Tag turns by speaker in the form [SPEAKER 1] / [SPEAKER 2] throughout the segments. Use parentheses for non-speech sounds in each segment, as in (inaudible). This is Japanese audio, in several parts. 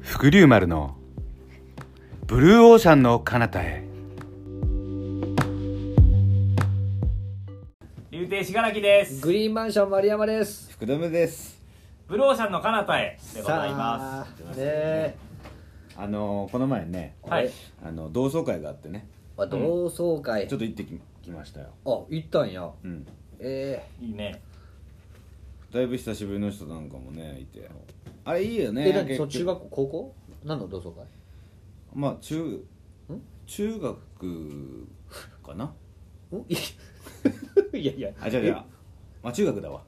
[SPEAKER 1] 伏龍丸のブルーオーシャンの彼方へ
[SPEAKER 2] 竜亭しがらきです
[SPEAKER 3] グリーンマンション丸山です。
[SPEAKER 4] 福留です
[SPEAKER 2] ブローシャンの彼方へでございま
[SPEAKER 3] さあねえ、
[SPEAKER 4] あのーこの前ね
[SPEAKER 2] すはい
[SPEAKER 4] あの同窓会があってね
[SPEAKER 3] まあ、同窓会、
[SPEAKER 4] ちょっと行ってききましたよ
[SPEAKER 3] あ行ったんや。
[SPEAKER 4] うん
[SPEAKER 3] え
[SPEAKER 2] いいね
[SPEAKER 4] だいぶ久しぶりの人なんかもねいてあれいいよ
[SPEAKER 3] え
[SPEAKER 4] ね
[SPEAKER 3] え何
[SPEAKER 4] 結
[SPEAKER 3] そ
[SPEAKER 4] 局
[SPEAKER 3] う中学校高校？何の同窓会？
[SPEAKER 4] まあ中中学かなん
[SPEAKER 3] いいやいや。
[SPEAKER 4] あじゃあじゃあまあ中学だわ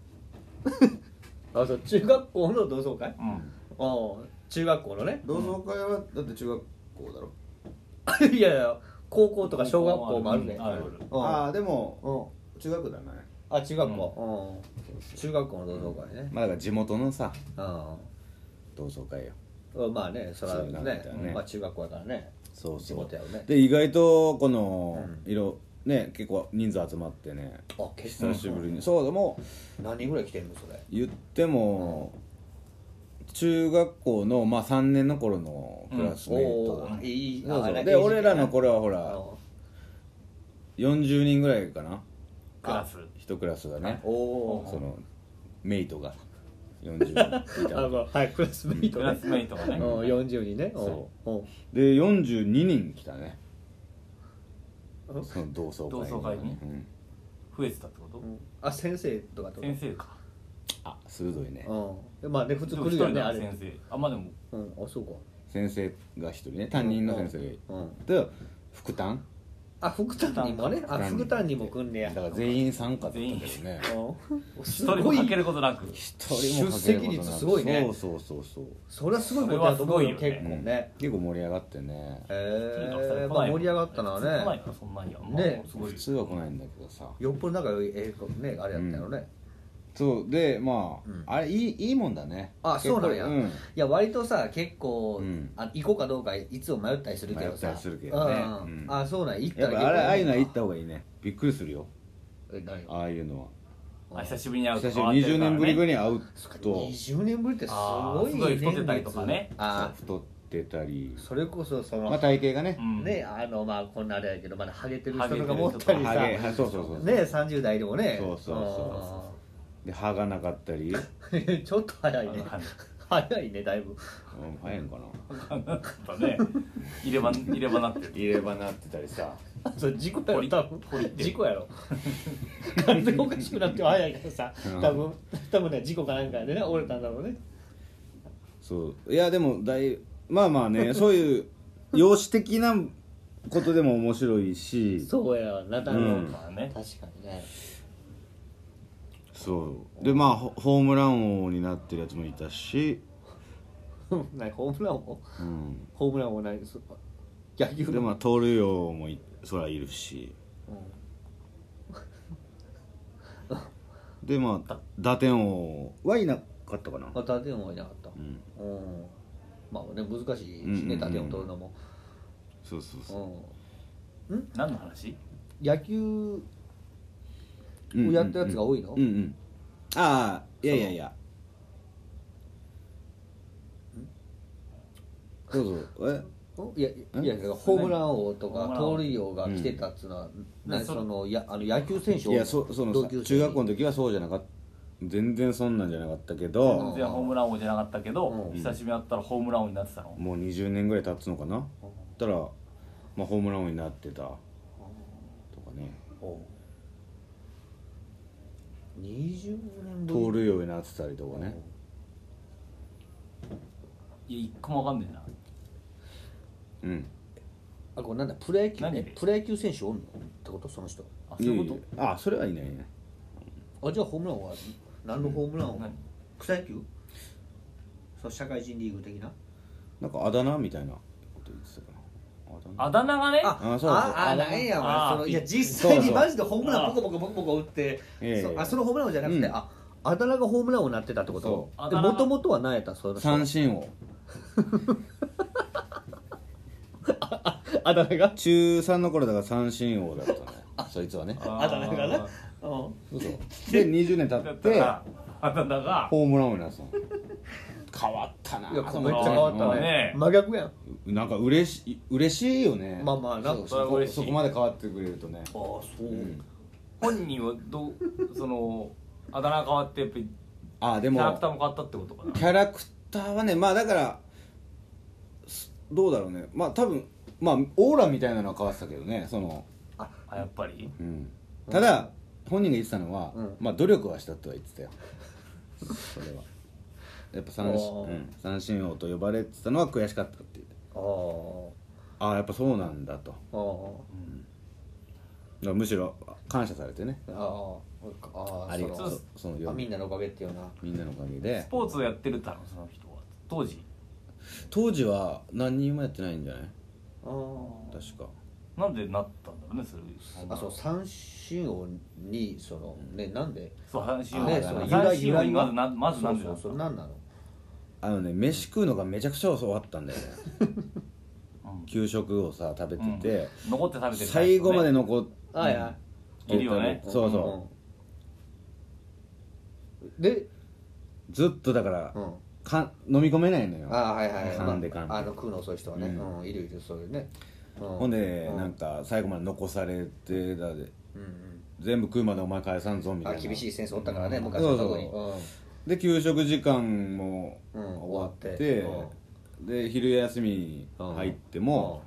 [SPEAKER 3] あそう中学校の同窓会？あ
[SPEAKER 2] うん
[SPEAKER 3] あ中学校のね。
[SPEAKER 4] 同窓会はだって中学校だろ
[SPEAKER 3] (laughs) いやいや高校とか小学校もあるね。
[SPEAKER 2] あるある
[SPEAKER 3] うん
[SPEAKER 4] ああでも中学だね
[SPEAKER 3] あ中学校、うん中学校の同窓会ね。
[SPEAKER 4] まあだから地元のさ
[SPEAKER 3] うん
[SPEAKER 4] 同窓会よ
[SPEAKER 3] うん。まあねそれは
[SPEAKER 4] そう
[SPEAKER 3] ね
[SPEAKER 4] だね
[SPEAKER 3] まあ中学校やからね。
[SPEAKER 4] そう
[SPEAKER 3] 地元やろね
[SPEAKER 4] で意外とこの
[SPEAKER 3] う
[SPEAKER 4] 色ね結構人数集まってね
[SPEAKER 3] あ結構
[SPEAKER 4] 久しぶりにそうでも
[SPEAKER 3] 何人ぐらい来てんのそれ？
[SPEAKER 4] 言っても中学校のまあ3年の頃のクラスメート
[SPEAKER 3] お
[SPEAKER 4] だ
[SPEAKER 3] お
[SPEAKER 4] ね
[SPEAKER 3] いい。
[SPEAKER 4] そうそう
[SPEAKER 3] あ
[SPEAKER 4] で俺らの。頃はほ
[SPEAKER 3] あ
[SPEAKER 4] ら
[SPEAKER 3] の
[SPEAKER 4] 40人ぐらいかな
[SPEAKER 2] クラス
[SPEAKER 4] 一クラスがね
[SPEAKER 3] おお。
[SPEAKER 4] そのメイトが40人い
[SPEAKER 3] あ
[SPEAKER 4] た
[SPEAKER 3] のはいクラスメイト
[SPEAKER 2] クラ
[SPEAKER 3] ね
[SPEAKER 2] ス。メイトがね
[SPEAKER 3] うん四十人ね。
[SPEAKER 4] そ
[SPEAKER 3] うん
[SPEAKER 4] で42人来たね
[SPEAKER 3] うん
[SPEAKER 4] その同窓会
[SPEAKER 2] 同窓会に
[SPEAKER 4] うん
[SPEAKER 2] 増えてたってこ
[SPEAKER 3] う
[SPEAKER 2] と
[SPEAKER 3] ん。あ先生とかってこと
[SPEAKER 2] 先生か
[SPEAKER 4] あ鋭いね
[SPEAKER 3] うん。まあね普通来るよね
[SPEAKER 2] でも一人だか
[SPEAKER 3] あ
[SPEAKER 2] ら
[SPEAKER 3] れ。
[SPEAKER 2] 先生あまあでも
[SPEAKER 3] うんあそうか。
[SPEAKER 4] 先生が一人ね担任の先生がいる
[SPEAKER 3] うん。
[SPEAKER 4] で副担
[SPEAKER 3] あ副担にもね。あ副担にも来んねや。
[SPEAKER 4] だから全員参加だったけどね
[SPEAKER 3] うん。
[SPEAKER 2] 一
[SPEAKER 3] す
[SPEAKER 2] 人
[SPEAKER 3] ご
[SPEAKER 2] も
[SPEAKER 3] い。
[SPEAKER 2] かけることなく
[SPEAKER 4] 一人もかけることなく
[SPEAKER 3] 出席率すごいね
[SPEAKER 4] そうそうそうそう
[SPEAKER 3] それはすごいことだと思うよ
[SPEAKER 2] それはすごい
[SPEAKER 3] 結
[SPEAKER 2] よね
[SPEAKER 3] 構ね。
[SPEAKER 4] 結構盛り上がってね
[SPEAKER 3] ええ。まあ盛り上がったのは
[SPEAKER 2] 来ない
[SPEAKER 3] ね。
[SPEAKER 2] からそんなんや
[SPEAKER 3] ね
[SPEAKER 2] まあすごい
[SPEAKER 4] 普通は来ないんだけどさ
[SPEAKER 3] よっぽど仲良いええねあれやったよね。
[SPEAKER 4] そうでまあ、
[SPEAKER 3] うん
[SPEAKER 4] あれいいいいもんだね
[SPEAKER 3] あそうなんや
[SPEAKER 4] 結構うん
[SPEAKER 3] いや割とさ結構
[SPEAKER 4] うん
[SPEAKER 3] あ行こうかどうかいつも迷ったりするけどさ。
[SPEAKER 4] 迷ったりするけどねうん
[SPEAKER 3] うんあそうなんや行った
[SPEAKER 4] やっ
[SPEAKER 3] ら結
[SPEAKER 4] ぱ
[SPEAKER 3] 構
[SPEAKER 4] あれああいうのは行った方がいいねびっくりするよ
[SPEAKER 3] え何が
[SPEAKER 4] ああいうの
[SPEAKER 2] あ久しぶりに会
[SPEAKER 4] は
[SPEAKER 2] うと
[SPEAKER 4] 久し
[SPEAKER 2] 変
[SPEAKER 4] ぶ
[SPEAKER 2] わっ
[SPEAKER 4] り20年
[SPEAKER 2] てるからね
[SPEAKER 4] ぶりぐらいに会う
[SPEAKER 3] そっか
[SPEAKER 4] と
[SPEAKER 3] 20年ぶりってすごい
[SPEAKER 2] あーすごい太ってたりとかね
[SPEAKER 3] 年月あー
[SPEAKER 4] 太ってたり
[SPEAKER 3] それこそその、
[SPEAKER 4] まあ体型がね、
[SPEAKER 2] うん
[SPEAKER 3] ねあのまあこんなあれやけどまだハゲてる人とか
[SPEAKER 2] ハ
[SPEAKER 3] も
[SPEAKER 2] ゲる人と
[SPEAKER 3] ってた
[SPEAKER 2] か
[SPEAKER 3] り
[SPEAKER 4] ハ
[SPEAKER 3] さ
[SPEAKER 4] ゲ
[SPEAKER 3] ね
[SPEAKER 4] はそうそうそう、
[SPEAKER 3] 30代でもね
[SPEAKER 4] そうそうそで歯がなかったり、うん、
[SPEAKER 3] うん (laughs) ちょっと早いね
[SPEAKER 2] あの
[SPEAKER 3] 早いねだいぶ
[SPEAKER 4] 早いのかな
[SPEAKER 2] なんかね入れ歯入れ歯なってる
[SPEAKER 4] 入れ歯なってたりさ
[SPEAKER 3] あそれ事故や
[SPEAKER 2] ポ
[SPEAKER 3] ろ
[SPEAKER 2] リ
[SPEAKER 3] 多分
[SPEAKER 2] ポリって
[SPEAKER 3] 事故やろ完全におかしくなっても早いからさ
[SPEAKER 4] うん
[SPEAKER 3] 多分多分ね事故かなんかでね折れたんだろうね
[SPEAKER 4] そういやでもだいまあまあねそういう容姿的なことでも面白いし
[SPEAKER 3] そうやわなだろ
[SPEAKER 4] うん
[SPEAKER 2] まあね
[SPEAKER 3] 確かにね (laughs)
[SPEAKER 4] そうでまあホホームラン王になってるやつもいたし、
[SPEAKER 3] 何ホームランも
[SPEAKER 4] うん、
[SPEAKER 3] ホームランもないです野球
[SPEAKER 4] で
[SPEAKER 3] の
[SPEAKER 4] まあ盗塁王もいそらいるしでまあ打点王はいなかったかな、
[SPEAKER 3] またでもいなかった
[SPEAKER 4] うん、
[SPEAKER 3] うんまあね難しいし
[SPEAKER 4] うんうんう
[SPEAKER 3] ね
[SPEAKER 4] ん
[SPEAKER 3] 縦を取るのも
[SPEAKER 4] そうそうそう、
[SPEAKER 3] う
[SPEAKER 2] 何の話
[SPEAKER 3] ん野球
[SPEAKER 4] うんうん
[SPEAKER 3] やったやつが多いの
[SPEAKER 4] うんうんああいやいやいやどうぞえ
[SPEAKER 3] いやいやいやだからホームラン王とか
[SPEAKER 2] ホームラン王
[SPEAKER 3] 盗塁王が来てたっつうのは何
[SPEAKER 2] そ
[SPEAKER 3] そ
[SPEAKER 2] の
[SPEAKER 3] のやあの野球選手
[SPEAKER 4] いやそその
[SPEAKER 3] 同
[SPEAKER 4] さ
[SPEAKER 3] 級生に
[SPEAKER 4] 中学校の時はそうじゃなかった全然そんなんじゃなかったけ
[SPEAKER 2] 全
[SPEAKER 4] ど、
[SPEAKER 2] 然ホームラン王じゃなかったけど
[SPEAKER 3] うん
[SPEAKER 2] 久しぶりに会ったらホームラン王になってたの
[SPEAKER 4] もう20年ぐらい経つのかなたら、まあ、ホームラン王になってたとかね
[SPEAKER 3] うん20年
[SPEAKER 4] 盗
[SPEAKER 3] ぶり
[SPEAKER 4] 塁王になってたりとかね
[SPEAKER 2] いや一個もわかんねえな
[SPEAKER 4] うん
[SPEAKER 3] あこれなんだプロ野球
[SPEAKER 2] 何
[SPEAKER 3] ね
[SPEAKER 2] で
[SPEAKER 3] プロ野球選手おんのってことその人
[SPEAKER 2] あそういうこ
[SPEAKER 4] いえいえあそれはいないね
[SPEAKER 3] あじゃあホームラン王は何のホームラン
[SPEAKER 2] と
[SPEAKER 3] 王
[SPEAKER 2] 何
[SPEAKER 3] 草野球そう社会人リーグ的な
[SPEAKER 4] なんかあだ名みたいなこと言ってたかなあだ名
[SPEAKER 2] あだ名がね
[SPEAKER 3] あ
[SPEAKER 4] あそうそう
[SPEAKER 3] ああなんや
[SPEAKER 2] あ
[SPEAKER 3] わそのいや実
[SPEAKER 4] そ
[SPEAKER 3] 際
[SPEAKER 4] うそ
[SPEAKER 3] に
[SPEAKER 4] う
[SPEAKER 3] マジでホームランボコボコボコボコ打って
[SPEAKER 4] いやいやいや
[SPEAKER 3] そうあそのホームラン王じゃなくて、
[SPEAKER 4] うん
[SPEAKER 3] ああだ名がホームラン王になってたってこ
[SPEAKER 4] そ
[SPEAKER 3] と
[SPEAKER 2] う
[SPEAKER 3] で
[SPEAKER 2] あだ名
[SPEAKER 3] もともとは何やったんその人
[SPEAKER 4] 三振王
[SPEAKER 3] あだ名が
[SPEAKER 4] 中3の頃だから三振王だったねそいつはね
[SPEAKER 2] あ
[SPEAKER 3] あだ名がなうん
[SPEAKER 4] そうそうで20年経
[SPEAKER 2] だ
[SPEAKER 4] っ
[SPEAKER 2] った
[SPEAKER 4] て
[SPEAKER 2] らあだ名が
[SPEAKER 4] ホームラン王になってたの変わっったない
[SPEAKER 3] や
[SPEAKER 4] と
[SPEAKER 3] め
[SPEAKER 4] 思っ
[SPEAKER 3] っち
[SPEAKER 4] て
[SPEAKER 3] ゃ変わったわ
[SPEAKER 2] ね
[SPEAKER 3] 真逆やん
[SPEAKER 4] なんか嬉しい嬉しいよね
[SPEAKER 3] まあまあな
[SPEAKER 4] そう
[SPEAKER 2] それは嬉しい
[SPEAKER 4] そこまで変わってくれるとね
[SPEAKER 2] ああそう、
[SPEAKER 4] ん
[SPEAKER 2] 本人はどうそのあだ名変わってやっぱり
[SPEAKER 4] ああで
[SPEAKER 2] キ
[SPEAKER 4] も
[SPEAKER 2] ャラクターも変わったってことかな
[SPEAKER 4] キャラクターはねまあだからすどうだろうねまあ多分まあオーラみたいなのは変わってたけどねその、
[SPEAKER 2] あやっぱり
[SPEAKER 4] うん、ただ、本人が言ってたのは、
[SPEAKER 3] うん
[SPEAKER 4] まあ努力はしたとは言ってたよそれはやっぱ三,、
[SPEAKER 3] お
[SPEAKER 4] う
[SPEAKER 3] ー
[SPEAKER 4] ん、三振王と呼ばれてたのは悔しかったって言って
[SPEAKER 3] あー
[SPEAKER 4] ああやっぱそうなんだとだか
[SPEAKER 3] あー
[SPEAKER 4] らむしろ感謝されてね
[SPEAKER 3] あーあー
[SPEAKER 4] ありがと
[SPEAKER 3] そうの
[SPEAKER 4] そその
[SPEAKER 3] あ
[SPEAKER 4] よ
[SPEAKER 3] みんなのおかげっていうな
[SPEAKER 4] みんなのおかげ
[SPEAKER 2] ス
[SPEAKER 4] で
[SPEAKER 2] ポーツをやってるだろその人は当時
[SPEAKER 4] 当時は何人もやってないんじゃない
[SPEAKER 3] あー
[SPEAKER 4] 確か
[SPEAKER 2] なんでなったんだろうねそれ
[SPEAKER 3] あそう三振王にそのねなんで
[SPEAKER 2] そう阪神
[SPEAKER 4] ね
[SPEAKER 2] を
[SPEAKER 4] その
[SPEAKER 2] 阪
[SPEAKER 4] 由
[SPEAKER 3] 来
[SPEAKER 2] 神
[SPEAKER 3] 由
[SPEAKER 2] を
[SPEAKER 3] 来
[SPEAKER 2] ま
[SPEAKER 3] が
[SPEAKER 2] ずなまずなんで
[SPEAKER 3] そ
[SPEAKER 2] な
[SPEAKER 3] う
[SPEAKER 2] っ
[SPEAKER 3] そ
[SPEAKER 2] た
[SPEAKER 3] うそう
[SPEAKER 2] の
[SPEAKER 3] なんなの
[SPEAKER 4] あのね飯食うのがめちゃくちゃ教わったんだよ
[SPEAKER 3] (laughs)
[SPEAKER 4] ね
[SPEAKER 2] うん
[SPEAKER 4] 給食をさ食べてて、
[SPEAKER 2] 残って食べてる
[SPEAKER 4] 最後まで残っ
[SPEAKER 3] あいや
[SPEAKER 2] いるよね
[SPEAKER 4] そうそ
[SPEAKER 3] うんで
[SPEAKER 4] うずっとだから
[SPEAKER 3] うん
[SPEAKER 4] か飲み込めないのよ
[SPEAKER 3] ああはいはいはい
[SPEAKER 4] 噛んで噛んで
[SPEAKER 3] まああの食うの遅い人はね
[SPEAKER 4] うん
[SPEAKER 3] うんいるいるそういうね
[SPEAKER 4] ほ
[SPEAKER 3] ほ
[SPEAKER 4] んで、
[SPEAKER 3] うん
[SPEAKER 4] なんか最後まで残されてだで
[SPEAKER 3] うんうん
[SPEAKER 4] 全部食うまでお前返さんぞみた
[SPEAKER 3] あ
[SPEAKER 4] いな
[SPEAKER 3] 厳しい先生おったからね昔のとこに
[SPEAKER 4] そうで給食時間も
[SPEAKER 3] うんうん
[SPEAKER 4] 終わって、で昼休み入っても、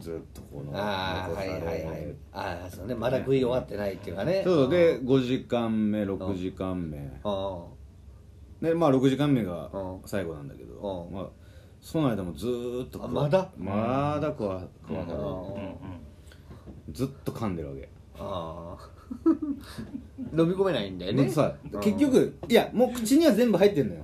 [SPEAKER 4] ずっとこの
[SPEAKER 3] ああ
[SPEAKER 4] 残
[SPEAKER 3] は
[SPEAKER 4] さ
[SPEAKER 3] い
[SPEAKER 4] れ
[SPEAKER 3] はいはいああそうねまだ食い終わってないっていうかね
[SPEAKER 4] そうそうで
[SPEAKER 3] ん
[SPEAKER 4] 5時間目6時間目
[SPEAKER 3] うん
[SPEAKER 4] でまあ6時間目が
[SPEAKER 3] うん
[SPEAKER 4] 最後なんだけど、
[SPEAKER 3] うん
[SPEAKER 4] まあ、その間もずーっと食う
[SPEAKER 3] あまだ
[SPEAKER 4] まだ食わ食わされる、
[SPEAKER 3] うん
[SPEAKER 2] うん
[SPEAKER 4] ずっと噛んでるわけ、
[SPEAKER 3] ああ (laughs) 飲み込めないんだよね
[SPEAKER 4] でさ
[SPEAKER 3] うん
[SPEAKER 4] 結局いやもう口には全部入ってんのよ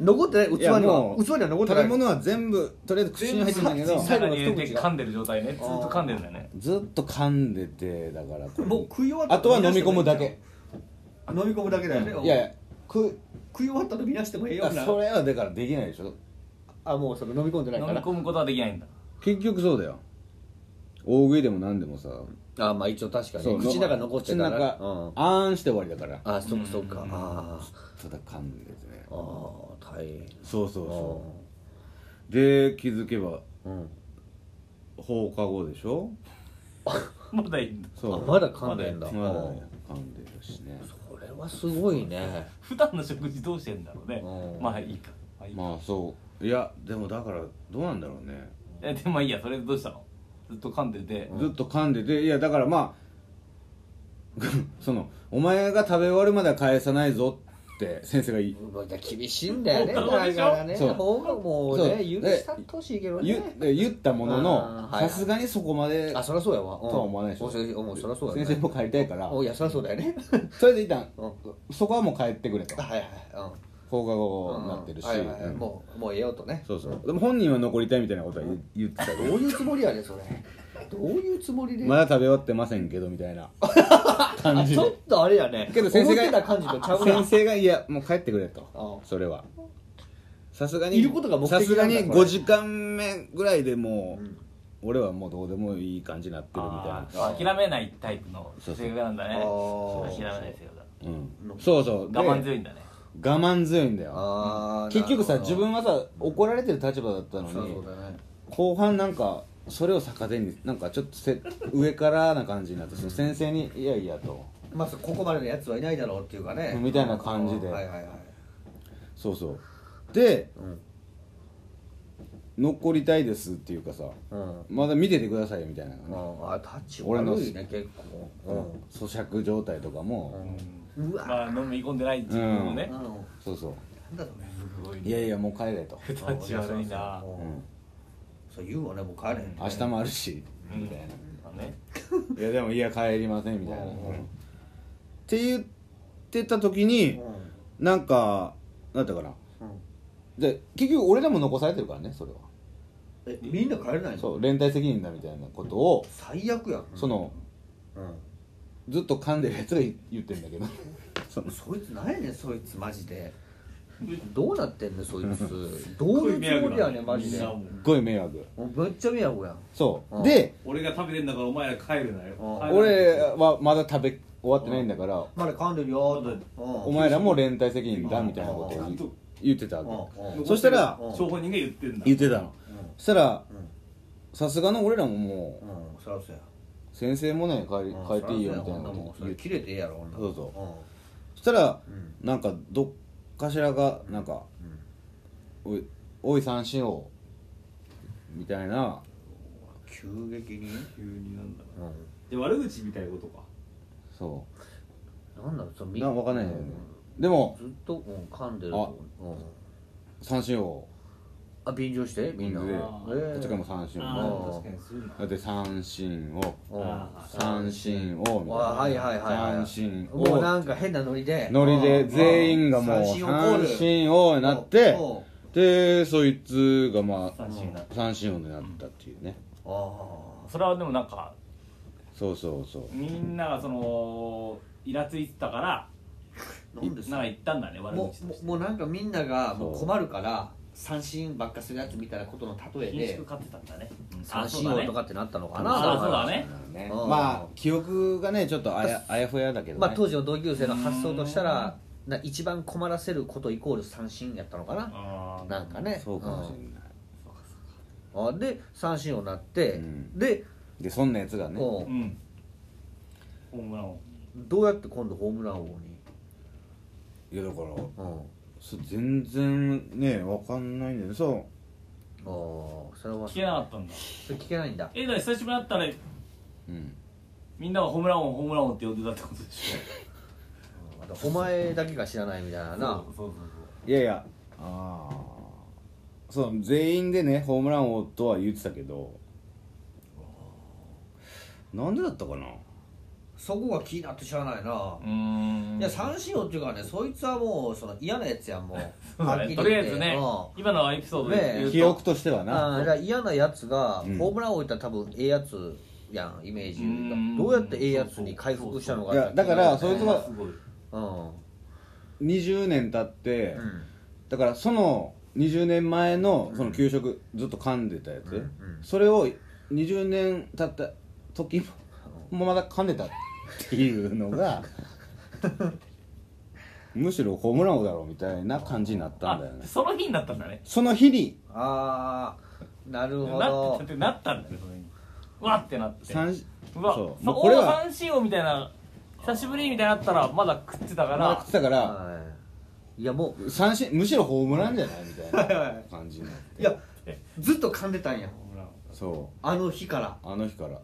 [SPEAKER 3] 残ってない器
[SPEAKER 4] い
[SPEAKER 3] に
[SPEAKER 4] や
[SPEAKER 3] は
[SPEAKER 4] もう
[SPEAKER 3] 器には残って
[SPEAKER 4] 食
[SPEAKER 3] ない
[SPEAKER 4] べ物は全部とりあえず口に入ってんだけ
[SPEAKER 2] うん
[SPEAKER 4] ど
[SPEAKER 3] 全部最後
[SPEAKER 2] 中
[SPEAKER 3] の
[SPEAKER 2] に
[SPEAKER 3] 一口が
[SPEAKER 2] 入れて噛んでる状態ねずっと噛んでるんだよね
[SPEAKER 4] ずっと噛んでてだからこれ
[SPEAKER 3] もう食い終わった
[SPEAKER 4] あとは飲み込むだけ
[SPEAKER 3] 飲み込むだけだよね
[SPEAKER 4] いやいや食
[SPEAKER 3] 食い終わったと見なしてもええ
[SPEAKER 4] い
[SPEAKER 3] よ
[SPEAKER 4] や
[SPEAKER 3] な
[SPEAKER 4] それはだからできないでしょ
[SPEAKER 3] あもうその飲み込んでない
[SPEAKER 2] 飲
[SPEAKER 3] か
[SPEAKER 2] み
[SPEAKER 3] ら
[SPEAKER 2] 込むことはできないんだ
[SPEAKER 4] 結局そうだよ大食いでも何でもさ
[SPEAKER 3] あまあ一応確か
[SPEAKER 4] そ
[SPEAKER 3] に
[SPEAKER 4] う
[SPEAKER 3] 口の中残って
[SPEAKER 4] 口の
[SPEAKER 3] たら
[SPEAKER 4] 中、
[SPEAKER 3] うん
[SPEAKER 4] あーんして終わりだから
[SPEAKER 3] あそっかそっかあ
[SPEAKER 4] ただ噛んでてね
[SPEAKER 3] ーあー大変
[SPEAKER 4] そうそうそうで気づけば
[SPEAKER 3] うん
[SPEAKER 4] 放課後でしょ
[SPEAKER 2] まだいいんだ
[SPEAKER 4] そ
[SPEAKER 3] あ
[SPEAKER 4] う
[SPEAKER 3] まだ噛んでんだ
[SPEAKER 4] まだ噛んでるしね
[SPEAKER 3] これはすごいね
[SPEAKER 2] 普段の食事どうしてんだろうね
[SPEAKER 3] うん
[SPEAKER 2] まあいいかまあいいか
[SPEAKER 4] まあそういやでもだからどうなんだろうね
[SPEAKER 2] えでもいいやそれでどうしたのずっと噛んでて
[SPEAKER 4] ずっと噛んでていやだからまあ (laughs) そのお前が食べ終わるまでは返さないぞって先生がい
[SPEAKER 3] うんだから厳しいんだよねだ
[SPEAKER 2] 放課後でしょ
[SPEAKER 3] からね
[SPEAKER 4] そう
[SPEAKER 3] 方がもうね
[SPEAKER 4] そう
[SPEAKER 3] 許したってほしいけど
[SPEAKER 4] 言
[SPEAKER 3] ね
[SPEAKER 4] 言ったもの
[SPEAKER 3] あ
[SPEAKER 4] の
[SPEAKER 3] ーはい
[SPEAKER 4] さ
[SPEAKER 3] はい
[SPEAKER 4] すがにそこまで
[SPEAKER 3] あそりゃそうやわ
[SPEAKER 4] とは思わないでしょ
[SPEAKER 3] おそりおそりゃそう
[SPEAKER 4] 先
[SPEAKER 3] や
[SPEAKER 4] 生も帰りたいから
[SPEAKER 3] おいやそりゃそうだよね
[SPEAKER 4] それで一旦
[SPEAKER 3] うん
[SPEAKER 4] そこはもう帰ってくれと
[SPEAKER 3] あはいはいうん
[SPEAKER 4] 放課後になってるし
[SPEAKER 3] はいはいはい
[SPEAKER 4] うん
[SPEAKER 3] もうもうええよとね
[SPEAKER 4] そうそうでも本人は残りたいみたいなことは言言ってたけ
[SPEAKER 3] ど
[SPEAKER 4] ど
[SPEAKER 3] ういうつもりやねんそれどういうつもりで、
[SPEAKER 4] まだ食べ終わってませんけどみたい
[SPEAKER 3] (laughs)
[SPEAKER 4] な感じ
[SPEAKER 3] ちょっ
[SPEAKER 4] で
[SPEAKER 3] とあれやね
[SPEAKER 4] けど先生
[SPEAKER 3] 思ってた感じとちゃうな
[SPEAKER 4] が先生がいやもう帰ってくれと
[SPEAKER 3] あ
[SPEAKER 4] それはさすがに
[SPEAKER 3] いることが目的なん
[SPEAKER 4] さ
[SPEAKER 3] だ
[SPEAKER 4] すがに
[SPEAKER 3] これ
[SPEAKER 4] 5時間目ぐらいでもう、
[SPEAKER 3] うん
[SPEAKER 4] 俺はもうどうでもいい感じになってるみ
[SPEAKER 2] あ
[SPEAKER 4] た
[SPEAKER 2] ー諦めないタイプの性格なんだね
[SPEAKER 3] そうそう
[SPEAKER 2] 諦めない性格だ
[SPEAKER 4] いな、うん、そうそうで
[SPEAKER 2] 我慢強いんだね
[SPEAKER 4] 我慢強いんだよ
[SPEAKER 3] あー
[SPEAKER 4] 結局さ
[SPEAKER 3] なるほ
[SPEAKER 4] 自
[SPEAKER 3] ど
[SPEAKER 4] 分はさ怒られてる立場だったの
[SPEAKER 3] そう
[SPEAKER 4] に
[SPEAKER 3] だね
[SPEAKER 4] 後半なんかそれを逆手になんかちょっとせ (laughs) 上からな感じになってその先生に「いやいや」と
[SPEAKER 3] まずここまでのやつはいないだろうっていうかね
[SPEAKER 4] みたいな感じで
[SPEAKER 3] はいはいはい
[SPEAKER 4] そうそうで
[SPEAKER 3] うん
[SPEAKER 4] 残りたいですっていうかさ
[SPEAKER 3] うん
[SPEAKER 4] まだ見ててくださいよみたいなね、
[SPEAKER 3] ああ立ち
[SPEAKER 4] 俺の
[SPEAKER 3] 悪いね結構
[SPEAKER 4] 咀嚼状態とか
[SPEAKER 3] う
[SPEAKER 4] も、
[SPEAKER 3] ん
[SPEAKER 2] うん
[SPEAKER 3] うわ
[SPEAKER 2] まあ飲み込んでない自分もね
[SPEAKER 3] うんなん
[SPEAKER 4] そうそう
[SPEAKER 3] だろうね
[SPEAKER 2] すごい
[SPEAKER 4] い
[SPEAKER 2] ね
[SPEAKER 4] やいやもう帰れと、
[SPEAKER 2] 立ち悪いな
[SPEAKER 3] (laughs) う
[SPEAKER 4] うんん、
[SPEAKER 3] そう言うわねもう帰れへん
[SPEAKER 4] 明日もあるし、
[SPEAKER 2] うん
[SPEAKER 4] みたいな
[SPEAKER 2] まあね
[SPEAKER 4] 「いやでもいや帰りません」みたいな、
[SPEAKER 3] うんうん
[SPEAKER 4] って言ってた時
[SPEAKER 3] う
[SPEAKER 4] に
[SPEAKER 3] ん
[SPEAKER 4] なんかなんだったかな
[SPEAKER 3] うん
[SPEAKER 4] で結局俺らも残されてるからねそれは
[SPEAKER 3] えみんな帰れないの
[SPEAKER 4] そう連帯責任だみたいなことを
[SPEAKER 3] 最悪やん
[SPEAKER 4] その
[SPEAKER 3] う
[SPEAKER 4] ずっと噛んでるやつが言ってんだけどその
[SPEAKER 3] んそいつ何やねんそいつマジでどうなってんねんそいつどういうつもりやねんマジで
[SPEAKER 4] すっごい迷惑
[SPEAKER 3] もうめっちゃ迷惑やん
[SPEAKER 4] そう、
[SPEAKER 3] うん
[SPEAKER 4] で
[SPEAKER 5] 俺が食べてんだからお前ら帰るなよ
[SPEAKER 3] うん
[SPEAKER 5] 帰らない
[SPEAKER 4] 俺はまだ食べ終わってないんだから、
[SPEAKER 3] まだ噛んでるよ
[SPEAKER 5] まだ
[SPEAKER 3] お
[SPEAKER 4] お前らも連帯責任だみたいなことを
[SPEAKER 5] ちゃんと
[SPEAKER 4] 言ってた
[SPEAKER 3] うん
[SPEAKER 4] わけ
[SPEAKER 3] うん
[SPEAKER 4] そしたら
[SPEAKER 3] うん
[SPEAKER 5] 張本人が言ってんだ
[SPEAKER 4] 言ってたの
[SPEAKER 3] うん
[SPEAKER 4] そしたら
[SPEAKER 3] うん
[SPEAKER 4] さすがの俺らももう
[SPEAKER 3] うんそりゃそうや
[SPEAKER 4] 先生もね変え変えていいよみたいな
[SPEAKER 3] そりゃそうやこんな
[SPEAKER 4] こ
[SPEAKER 3] もん
[SPEAKER 4] と
[SPEAKER 3] そ
[SPEAKER 4] 言
[SPEAKER 3] れ
[SPEAKER 4] っ
[SPEAKER 3] 切れてええやろこんなもん
[SPEAKER 4] そうそしたら
[SPEAKER 3] うんうん
[SPEAKER 4] なんかどっかしらがなんか「おいおい三振王」みたいな
[SPEAKER 3] 急激に
[SPEAKER 5] 急になんだ
[SPEAKER 3] う
[SPEAKER 5] で悪口みたいなことか
[SPEAKER 4] そ
[SPEAKER 3] んなんだろうその
[SPEAKER 4] う
[SPEAKER 3] み
[SPEAKER 4] なんか分かんないよねでも
[SPEAKER 3] ずっとうん噛んでると思ううん
[SPEAKER 4] 三振王
[SPEAKER 3] あ便乗してみんな
[SPEAKER 4] 便
[SPEAKER 6] 乗で
[SPEAKER 3] ええ
[SPEAKER 4] 立川も三振
[SPEAKER 3] あ
[SPEAKER 4] 王
[SPEAKER 3] ー
[SPEAKER 5] 確かにするな
[SPEAKER 4] だって三振王
[SPEAKER 3] うん
[SPEAKER 5] あ
[SPEAKER 4] 三振王みたいな
[SPEAKER 3] あはいはいはいはい
[SPEAKER 4] 三振王
[SPEAKER 3] もうなんか変なノリで
[SPEAKER 4] ノリで全員がもう
[SPEAKER 3] 三振をコール
[SPEAKER 4] 三振王になって
[SPEAKER 3] うんうん
[SPEAKER 4] でそいつがまあ
[SPEAKER 5] 三振になっ
[SPEAKER 4] 三振王になったっていうね
[SPEAKER 3] あ
[SPEAKER 2] それはでもなんか
[SPEAKER 4] そうそうそう
[SPEAKER 2] みんながそのイラついてたから
[SPEAKER 3] あなんです
[SPEAKER 2] なんか言ったんだね悪
[SPEAKER 3] も
[SPEAKER 2] 口
[SPEAKER 3] う
[SPEAKER 2] と
[SPEAKER 3] も
[SPEAKER 2] し
[SPEAKER 3] うもうなんかみんながもう
[SPEAKER 4] そう
[SPEAKER 3] 困るから三振ばっかするやつみたいなことの
[SPEAKER 2] て
[SPEAKER 3] 例え
[SPEAKER 2] 厳し
[SPEAKER 3] で
[SPEAKER 2] く勝ってたんだねうん
[SPEAKER 3] 三振
[SPEAKER 2] あそうだ
[SPEAKER 3] 王
[SPEAKER 2] ね
[SPEAKER 3] とかってなったのかな
[SPEAKER 2] あそうだね
[SPEAKER 4] ね
[SPEAKER 3] うん
[SPEAKER 4] まあ記憶がねちょっとあやあやふやだけどね
[SPEAKER 3] まあ当時の同級生の発想としたらな一番困らせることイコール三振やったのかな
[SPEAKER 2] あー
[SPEAKER 3] なんかね
[SPEAKER 4] そうかもしれない
[SPEAKER 3] うんあで三振王になって
[SPEAKER 4] うん
[SPEAKER 3] で
[SPEAKER 4] でそんなやつがね
[SPEAKER 3] う
[SPEAKER 2] うんんホームランを
[SPEAKER 3] どうやって今度ホームラン王に
[SPEAKER 4] いやだから
[SPEAKER 3] うん
[SPEAKER 4] そう全然ねわかんないんだよねそ
[SPEAKER 3] あーそれは
[SPEAKER 2] 聞けなかったんだ
[SPEAKER 3] それ聞けないんだ
[SPEAKER 2] えだから久しぶりに会ったら
[SPEAKER 4] ううん
[SPEAKER 2] みんながホームラン王ホームラン王って呼んでたってことでし
[SPEAKER 3] お前だけが知らないみたい
[SPEAKER 2] ょ
[SPEAKER 3] な
[SPEAKER 2] そ
[SPEAKER 3] な
[SPEAKER 2] うそうそう
[SPEAKER 4] いやいやああそう全員でねホームラン王とは言ってたけどなんでだったかな
[SPEAKER 3] そこが気になって知らないな
[SPEAKER 2] そううーん
[SPEAKER 3] いや三振王っていうかねそいつはもうその嫌なやつやんもう
[SPEAKER 2] (laughs) そうだねとりあえずね今のエピソードで言うと
[SPEAKER 4] 記憶としては
[SPEAKER 3] あ
[SPEAKER 4] な
[SPEAKER 3] じゃあ嫌なやつが
[SPEAKER 4] うん
[SPEAKER 3] ホームラン王いったら多分ええやつやんイメージ
[SPEAKER 2] うん
[SPEAKER 3] どうやってええやつに回復したのか
[SPEAKER 4] いやだからそいつは
[SPEAKER 2] すごい
[SPEAKER 3] うん
[SPEAKER 4] 20年経って、
[SPEAKER 3] うん
[SPEAKER 4] だからその20年前のその給食ずっと噛んでたやつ、
[SPEAKER 3] うん
[SPEAKER 4] それを20年経った時ももうまだ噛んでたっていうのがむしろホームラン王だろうみたいな感じになったんだよね
[SPEAKER 2] あその日になったんだね
[SPEAKER 4] その日に
[SPEAKER 3] ああなるほ
[SPEAKER 2] なっ
[SPEAKER 3] ど
[SPEAKER 2] てなったんだねその日にうわってなって
[SPEAKER 4] 三
[SPEAKER 2] うわ
[SPEAKER 4] そう
[SPEAKER 2] そ
[SPEAKER 4] もう
[SPEAKER 2] こ
[SPEAKER 4] これ
[SPEAKER 2] れ
[SPEAKER 4] は
[SPEAKER 2] 三振王みたいな久しぶりみたいになったらまだ食ってたか
[SPEAKER 4] まだ食
[SPEAKER 2] ら
[SPEAKER 4] ってたから
[SPEAKER 3] はいいやも
[SPEAKER 4] 三振むしろホームランじゃないみたいな感じになっ
[SPEAKER 3] う
[SPEAKER 4] て
[SPEAKER 3] いやずっと噛んでたんや
[SPEAKER 4] そ
[SPEAKER 3] あの日から
[SPEAKER 4] うあの日から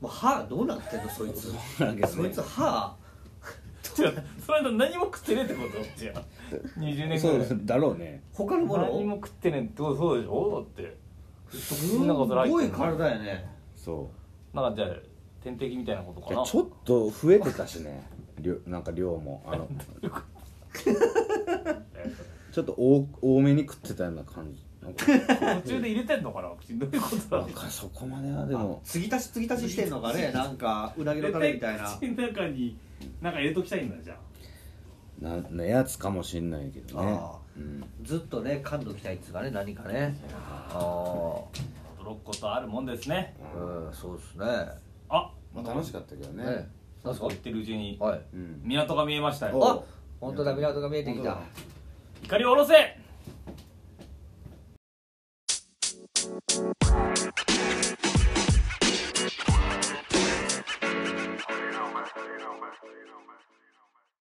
[SPEAKER 3] もう歯どうなってんのそいつ
[SPEAKER 4] なんかね
[SPEAKER 3] そいつ歯
[SPEAKER 2] 違うそれと何も食ってねえってことじゃあ20年
[SPEAKER 4] そ
[SPEAKER 2] ぐら
[SPEAKER 4] う
[SPEAKER 2] い
[SPEAKER 4] だろうね
[SPEAKER 3] 他のもの
[SPEAKER 2] 何も食ってねえってことそうでしょだって
[SPEAKER 3] すごい体やね
[SPEAKER 4] そう
[SPEAKER 2] なんかじゃあ点滴みたいなことかな
[SPEAKER 4] ちょっと増えてたしね量なんか量もあのちょっと多多めに食ってたような感じなんか
[SPEAKER 2] 途中で入れてんのかな口にどういうこと
[SPEAKER 4] な
[SPEAKER 2] だ
[SPEAKER 4] んかそこまではでも
[SPEAKER 3] 継ぎ足し継ぎ足ししてんのかねなんかうなぎの
[SPEAKER 5] 絶
[SPEAKER 3] タ
[SPEAKER 5] 対
[SPEAKER 3] レみたいな (laughs)
[SPEAKER 5] 口の中になんか入れときたいんだじゃあ
[SPEAKER 4] ななやつかもしんないけどね
[SPEAKER 3] あ
[SPEAKER 4] うん
[SPEAKER 3] ずっとね感度期待っつうかね何かねあ
[SPEAKER 2] 驚くことあるもんですね
[SPEAKER 3] あうんそうですね
[SPEAKER 2] あ
[SPEAKER 4] まあ楽しかったけどね
[SPEAKER 3] ね
[SPEAKER 2] なんか言ってるうちに
[SPEAKER 3] はい
[SPEAKER 4] うん
[SPEAKER 2] 港が見えましたよ
[SPEAKER 3] あ本当だ港が見えてきた
[SPEAKER 2] 怒りを下ろせ